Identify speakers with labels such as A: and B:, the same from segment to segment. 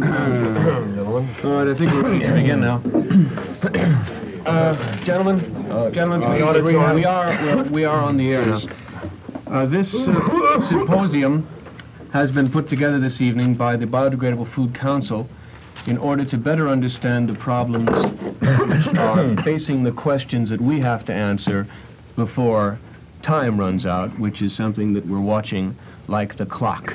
A: Gentlemen.
B: All right, I think we're ready to begin now. Uh, Gentlemen, gentlemen, please, we are, we are, we are on the air now. Uh, This uh, symposium has been put together this evening by the Biodegradable Food Council in order to better understand the problems which are facing the questions that we have to answer before time runs out, which is something that we're watching like the clock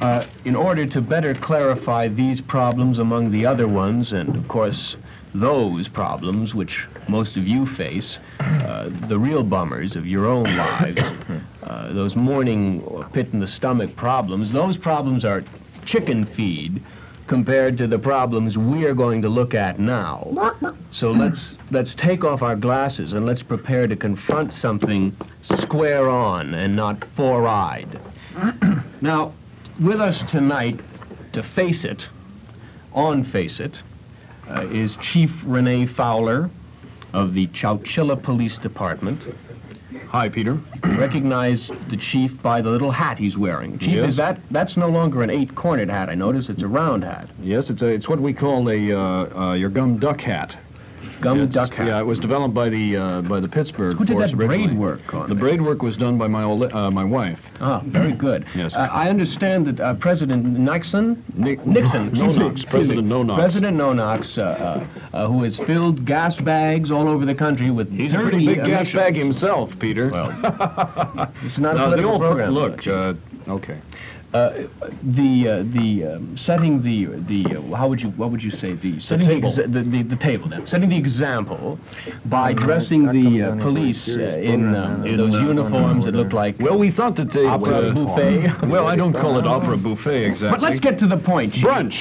B: uh, in order to better clarify these problems among the other ones, and of course, those problems which most of you face, uh, the real bummers of your own lives, uh, those morning pit in the stomach problems, those problems are chicken feed compared to the problems we're going to look at now. So let's let's take off our glasses and let's prepare to confront something square on and not four-eyed. now, with us tonight to face it, on Face It, uh, is Chief Renee Fowler of the Chowchilla Police Department. Hi, Peter. Recognize the chief by the little hat he's wearing. Chief,
A: Yes.
B: is that that's no longer an eight-cornered hat? I notice it's a round hat,
A: Yes, it's a, it's what we call a uh, uh, your gum duck hat.
B: gum
A: It's-
B: duck hat.
A: Yeah, it was developed by the uh, by the Pittsburgh.
B: Who did
A: force
B: that braid
A: originally.
B: work on
A: The
B: there?
A: braid work was done by my old, uh, my wife.
B: Ah, very good.
A: Yes.
B: Uh, I understand that uh, President Nixon,
A: Ni-
B: Nixon,
A: No
B: excuse me,
A: Knox,
B: excuse
A: President
B: me,
A: No Knox.
B: President No Knox, uh, uh, uh, who has filled gas bags all over the country with
A: He's a
B: dirty
A: pretty big gas
B: emissions.
A: bag uh, himself, Peter.
B: Well, it's not a
A: now the
B: political
A: old
B: program.
A: look. Uh, okay.
B: the uh, the um, setting the the uh, how would you what would you say the setting the,
A: table.
B: exa- the, the the table now setting the example by dressing the uh, police uh, in um, those
A: uh,
B: uniforms that look like
A: Well, we thought that they
B: Opera
A: uh,
B: buffet.
A: Well, I don't call it opera buffet exactly.
B: But let's get to the point. Chief.
A: brunch.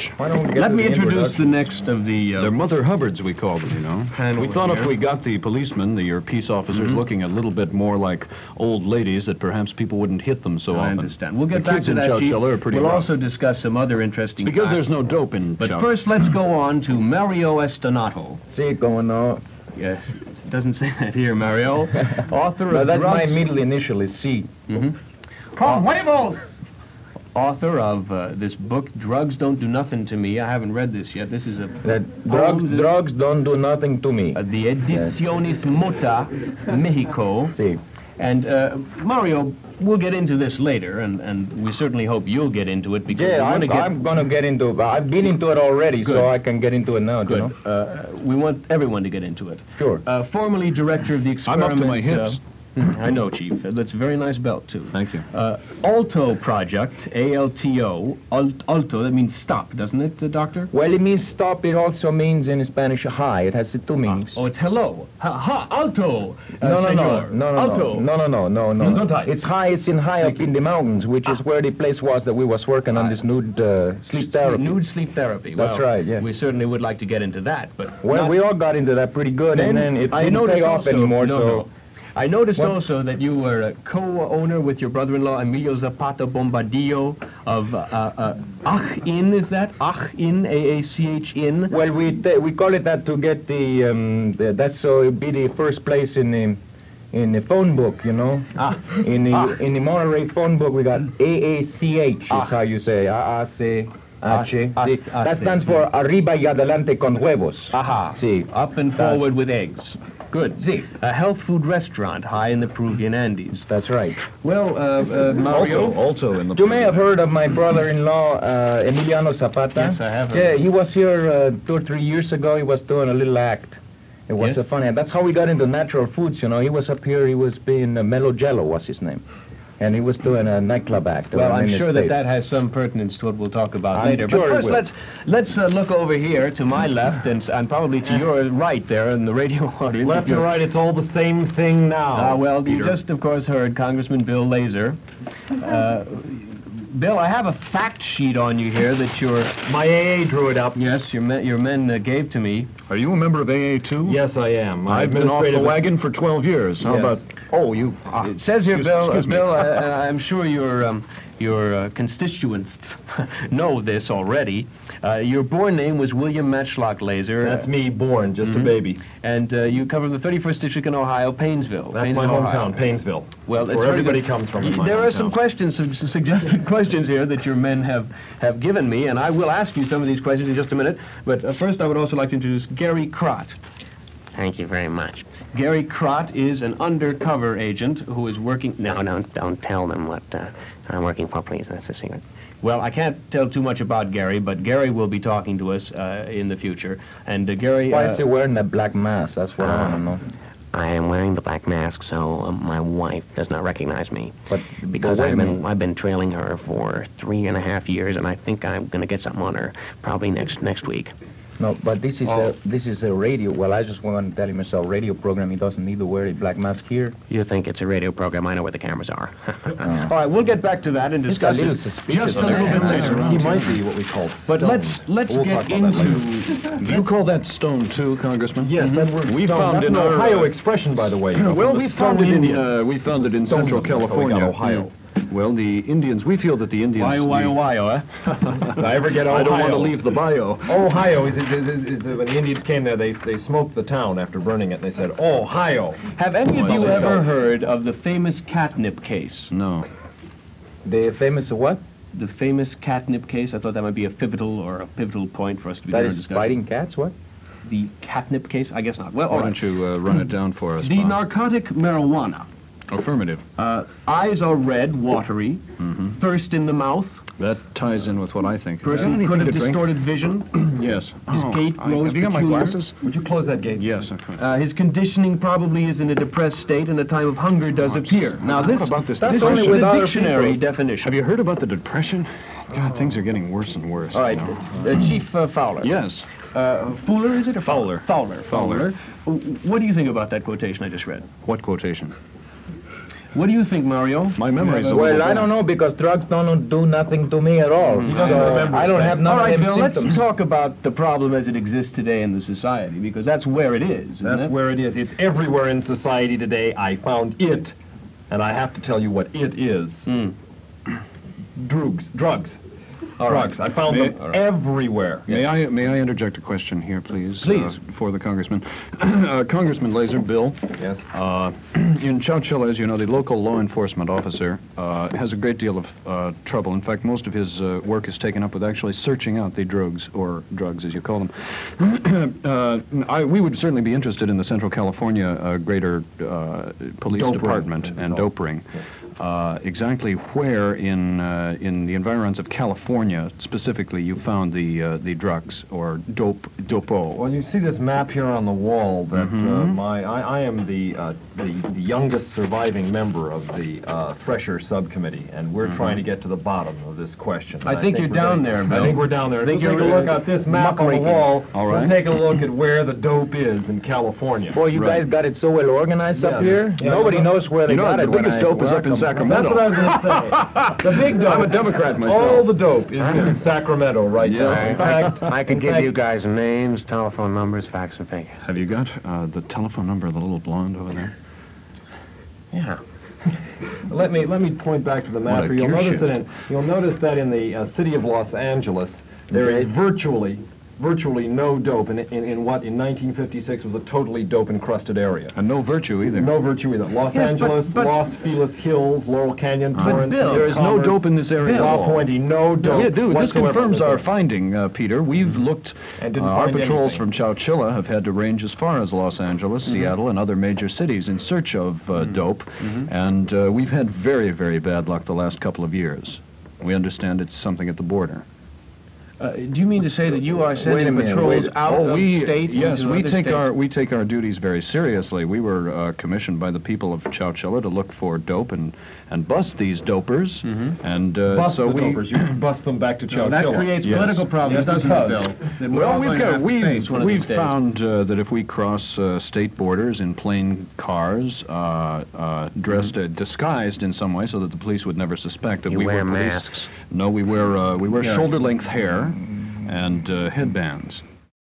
B: Let me introduce the next of the uh,
A: They're Mother Hubbards, we call them, you know.
B: Panel
A: we thought if
B: here. Mm-hmm.
A: we got the policemen, the your peace officers, looking a little bit more like old ladies, that perhaps people wouldn't hit them so
B: I
A: often.
B: understand. We'll get
A: the
B: back
A: kids
B: to
A: in
B: that, Chief.
A: Chowchilla are pretty
B: We'll
A: rough.
B: also discuss some other interesting
A: because
B: facts.
A: there's no dope in.
B: But
A: Chowchilla.
B: first, let's go on to Mario Estanato.
C: See it going on.
B: Yes, it doesn't say that here, Mario. author
C: But
B: of
C: that's my
B: drugs,
C: middle initial is C.
D: Con huevos!
B: author of uh, this book, Drugs Don't Do Nothing to Me. I haven't read this yet. This is a
C: That drugs,
B: Holmes is-
C: drugs don't do nothing to me.
B: uh, the Ediciones Mota, Mexico.
C: See,
B: And uh, Mario, we'll get into this later, and, and we certainly hope you'll get into it because
C: yeah,
B: we want
C: I'm,
B: to get
C: I'm gonna get into. it. I've been into it already,
B: Good.
C: so I can get into it now.
B: Good.
C: You know?
B: Uh, we want everyone to get into it.
C: Sure.
B: Uh, formerly director of the
A: I'm
B: experiment.
A: up to my
B: uh,
A: hips.
B: I know, Chief. Uh, That's a very nice belt, too.
A: Thank you.
B: Uh, Alto Project, A-L-T-O. Alt- Alto, that means stop, doesn't it, uh, Doctor?
C: Well, it means stop. It also means in Spanish hi. It has two meanings.
B: Oh, it's hello. Ha, ha, alto, uh,
C: no, no, no,
B: senor.
C: no, no,
B: Alto.
C: no, no, no, no, no, no.
B: Gesundheit.
C: It's high. It's in high up in the mountains, which is where the place was that we was working on this nude uh, sleep therapy.
B: Nude sleep therapy.
C: That's
B: well,
C: right, yeah.
B: We certainly would like to get into that, but
C: Well,
B: not
C: we all got into that pretty good, and then it
B: I
C: didn't
B: noticed
C: pay off
B: also-
C: anymore.
B: no,
C: so
B: no. I noticed
C: What-
B: also that you were a co-owner with your brother-in-law Emilio Zapata Bombadillo of uh, uh, Ach In. Is that Ach In? A A C H In.
C: Well, we t- we call it that to get the, um, the that's so it'd be the first place in the in the phone book, you know.
B: Ah.
C: In the
B: Ah.
C: in the Monterey phone book, we got AACH is how you say AAC. H.
B: Ah,
C: See,
B: ah,
C: That stands for arriba y adelante con huevos.
B: Aha.
C: See,
B: Up and
C: That's-
B: forward with eggs. Good.
C: See.
B: A health food restaurant high in the Peruvian Andes.
C: that's right.
B: Well, uh, uh,
A: Also,
B: Mario.
A: also in the.
C: You may have heard of my brother-in-law uh, Emiliano Zapata.
B: Yes, I have heard
C: Yeah,
B: of
C: he was here uh, two or three years ago. He was doing a little act. It
B: Yes.
C: was a funny. That's how we got into natural foods. You know, he was up here. He was being uh, Melo Jello was his name, and he was doing a nightclub act.
B: Well,
C: around
B: I'm
C: in
B: sure
C: the
B: that
C: States.
B: that has some pertinence to what we'll talk about
C: I'm
B: later.
C: sure
B: but
C: it
B: first,
C: will.
B: let's let's uh, look over here to my left and s- and probably to your right there in the radio audience. if
D: Left
B: you're-
D: and right, it's all the same thing now.
B: Ah, well, you just, of course, heard Congressman Bill Laser. Uh, Bill, I have a fact sheet on you here that your
D: My AA drew it up.
B: yes, your men, your men uh, gave to me.
A: Are you a member of AA too?
D: Yes, I am.
A: I've been off the
D: Administrative-
A: wagon for 12 years. How
C: Yes.
A: about? Oh, you.
B: It Ah, says here,
A: excuse-
B: Bill. uh,
A: excuse me.
B: Bill, uh, uh, I'm sure you're um, your uh, constituents know this already. Uh, your born name was William Matchlock Laser. Mm-hmm.
D: That's me born, just a baby.
B: And uh, you come from the 31st District in Ohio, Paynesville.
D: That's
B: Paynesville,
D: my
B: Ohio.
D: hometown, Paynesville.
B: Well,
D: That's
B: it's
D: where
B: very
D: everybody
B: good.
D: comes from. in
B: Y-
D: my
B: There are some
D: hometown.
B: questions, some some suggested questions here that your men have, have given me, and I will ask you some of these questions in just a minute. But uh, first, I would also like to introduce Gary Crott.
E: Thank you very much.
B: Gary Crott is an undercover agent who is working.
E: No, don't don't tell them what uh, I'm working for, please. That's a secret.
B: Well, I can't tell too much about Gary, but Gary will be talking to us uh, in the future. And uh, Gary,
C: Why
B: uh, Ah.
C: is he wearing that black mask? That's what I want to know.
E: I am wearing the black mask, so uh, my wife does not recognize me.
C: But
E: Because
C: but wait
E: I've
C: a
E: been
C: minute.
E: I've been trailing her for three and a half years, and I think I'm going to get something on her probably next next week.
C: No, but this is
B: Oh.
C: a this is a radio. Well, I just want to tell him it's a radio program. He doesn't need to wear a black mask here.
E: You think it's a radio program? I know where the cameras are.
B: all right, we'll get back to that and
C: He's a
B: discuss
C: little
B: it.
C: suspicious.
B: just a little bit later on.
D: He might be what we call
B: But
D: stone.
B: let's let's
C: We'll talk
B: get
C: about that
B: into
A: You call that stone too, Congressman?
D: Yes, that word
A: We
D: stone.
A: found
D: That's
A: in
D: an
A: our,
D: Ohio
A: uh,
D: expression, by the way. you know,
A: Well,
D: from the
A: we found
D: Stone
A: it in
D: Indians.
A: uh, we found it in
D: Stone
A: Central
D: Indians, that's how we got
A: California,
D: Ohio.
A: Mm. Well, the Indians. We feel that the Indians.
B: why why why oh, eh?
D: Did I ever get Ohio?
A: I don't want to leave the bio.
D: Ohio is, it, is, is, is when the Indians came there, they they smoked the town after burning it, and they said Ohio.
B: Have any of
D: Well,
B: you
D: there you
B: ever
D: go.
B: heard of the famous catnip case?
A: No.
C: The famous what?
B: The famous catnip case. I thought that might be a pivotal or a pivotal point for us to be
C: That
B: there
C: is
B: discussing.
C: biting cats. What?
B: The catnip case. I guess not. Well, all
A: Why
B: right.
A: don't you uh, run it down for us?
B: The
A: Bob?
B: narcotic marijuana.
A: Affirmative.
B: Uh, eyes are red, watery,
D: Mm-hmm.
B: thirst in the mouth.
A: That ties in with what I think.
B: Person could have distorted vision.
A: Yes. Oh,
B: His gait grows
A: Have you got my
B: peculiar.
A: glasses?
D: Would you close that gate?
A: Yes. okay.
B: Uh, his conditioning probably is in a depressed state, and a time of hunger does appear. Now this,
A: What about this
B: this
A: depression?
B: is
A: With
B: the
A: other
B: dictionary
A: people.
B: definition.
A: Have you heard about the depression? God, things are getting worse and worse.
B: All right,
A: you know.
B: uh, Chief uh, Fowler.
A: Yes.
B: Uh, Fowler, is it? Or
A: Fowler.
B: Fowler.
A: Fowler.
B: W- What do you think about that quotation I just read?
A: What quotation?
B: What do you think, Mario?
A: My memory's a
C: Well,
A: little
C: I
A: bad.
C: don't know because drugs don't do nothing to me at all.
D: doesn't
C: So
D: Mm-hmm. remember
C: I don't
D: that.
C: have
B: All
C: none
B: right,
C: of them
B: Bill, let's
C: symptoms.
B: talk about the problem as it exists today in the society, because that's where it is. isn't
D: That's
B: it?
D: where it is. It's everywhere in society today. I found it, and I have to tell you what it is.
B: Hmm.
D: Drugs. Drugs. drugs. I found
A: May-
D: them everywhere.
A: May I, may I interject a question here, please?
D: Please.
A: uh, for the congressman. uh, congressman Laser, Bill,
D: Yes.
A: uh, in Chowchilla, as you know, the local law enforcement officer uh, has a great deal of uh, trouble. In fact, most of his uh, work is taken up with actually searching out the drugs, or drugs as you call them. uh, I, we would certainly be interested in the Central California uh, Greater uh, Police
D: Dope ring.
A: Department and dope ring. Uh, exactly where in uh, in the environs of California specifically you found the uh, the drugs or dope dopo.
D: Well, you see this map here on the wall that uh, my I, I am the, uh, the the youngest surviving member of the uh, Thresher subcommittee, and we're trying to get to the bottom of this question.
B: I
D: And
B: think you're
D: we're
B: down
D: gonna-
B: there,
D: I
B: Bill.
D: think we're down there.
B: I think
D: we'll
B: you're
D: take a look
B: really
D: at this map on the wall.
A: All
D: We'll
A: right.
D: take a look at where the dope is in California.
C: Boy, you guys got it so well organized up
D: Yeah.
C: here.
D: Yeah,
C: Nobody
D: you know-
C: knows where they
A: You know,
C: got
A: the
C: it. when
A: biggest
C: I-
A: dope is
C: where I
A: up in
C: come from.
D: That's what I
A: Sacramento.
D: was going to say. The big dope. Oh,
A: I'm a Democrat
D: All
A: myself.
D: the dope is in Sacramento right
A: Yeah.
D: now.
A: I-
D: In fact,
E: I can
D: in
E: give
D: fact,
E: you guys names, telephone numbers, fax, and figures.
A: Have you got uh, the telephone number of the little blonde over there?
E: Yeah.
D: Let me let me point back to the
A: What a
D: map. here. You'll
A: gear
D: notice
A: shift.
D: that in, you'll notice that in the uh, city of Los Angeles, there is virtually virtually no dope in, in in what in 1956 was a totally dope encrusted area.
A: And Uh, no virtue either.
D: No virtue either.
B: Yes,
D: Los
B: but-
D: Angeles,
B: but-
D: Los Feliz Hills, Laurel Canyon, Torrance.
B: Bill-
A: there is no
D: Commerce,
A: dope in this area. at
D: La
A: all.
D: Puente, no dope.
A: Yeah, dude, this
D: whatsoever.
A: confirms
D: Listen.
A: our finding, uh, Peter. We've looked.
D: And didn't
A: uh, our
D: find
A: patrols
D: anything. Mm-hmm.
A: from Chowchilla have had to range as far as Los Angeles, Seattle, and other major cities in search of uh, dope.
D: Mm-hmm.
A: And uh, we've had very, very bad luck the last couple of years. We understand it's something at the border.
B: Uh, do you mean to say that you are
C: Wait a
B: sending
C: minute,
B: patrols
C: wait.
B: out
D: Oh,
B: of
A: Oh, we
B: state?
A: yes,
B: into
A: we
B: other
A: take
B: states?
A: our we take our duties very seriously. We were uh, commissioned by the people of Chowchilla to look for dope and and bust these dopers.
B: Mm-hmm.
A: And uh,
D: Bust
A: so
D: the
A: we
D: dopers. You bust them back to Chowchilla.
B: That creates
A: Yes.
B: political problems,
D: Yes, it
B: doesn't it,
D: does.
B: Bill? That we're all
A: Well,
B: going
A: we've
B: to
A: got
B: have to face
A: we've,
B: one of these
A: we've
B: days.
A: found uh, that if we cross uh, state borders in plain cars, uh, uh, dressed
B: Mm-hmm.
A: uh, disguised in some way, so that the police would never suspect that
E: You
A: we
E: wear
A: were police.
E: masks. Mm-hmm.
A: No, we wear uh, we wear shoulder length hair and uh, headbands.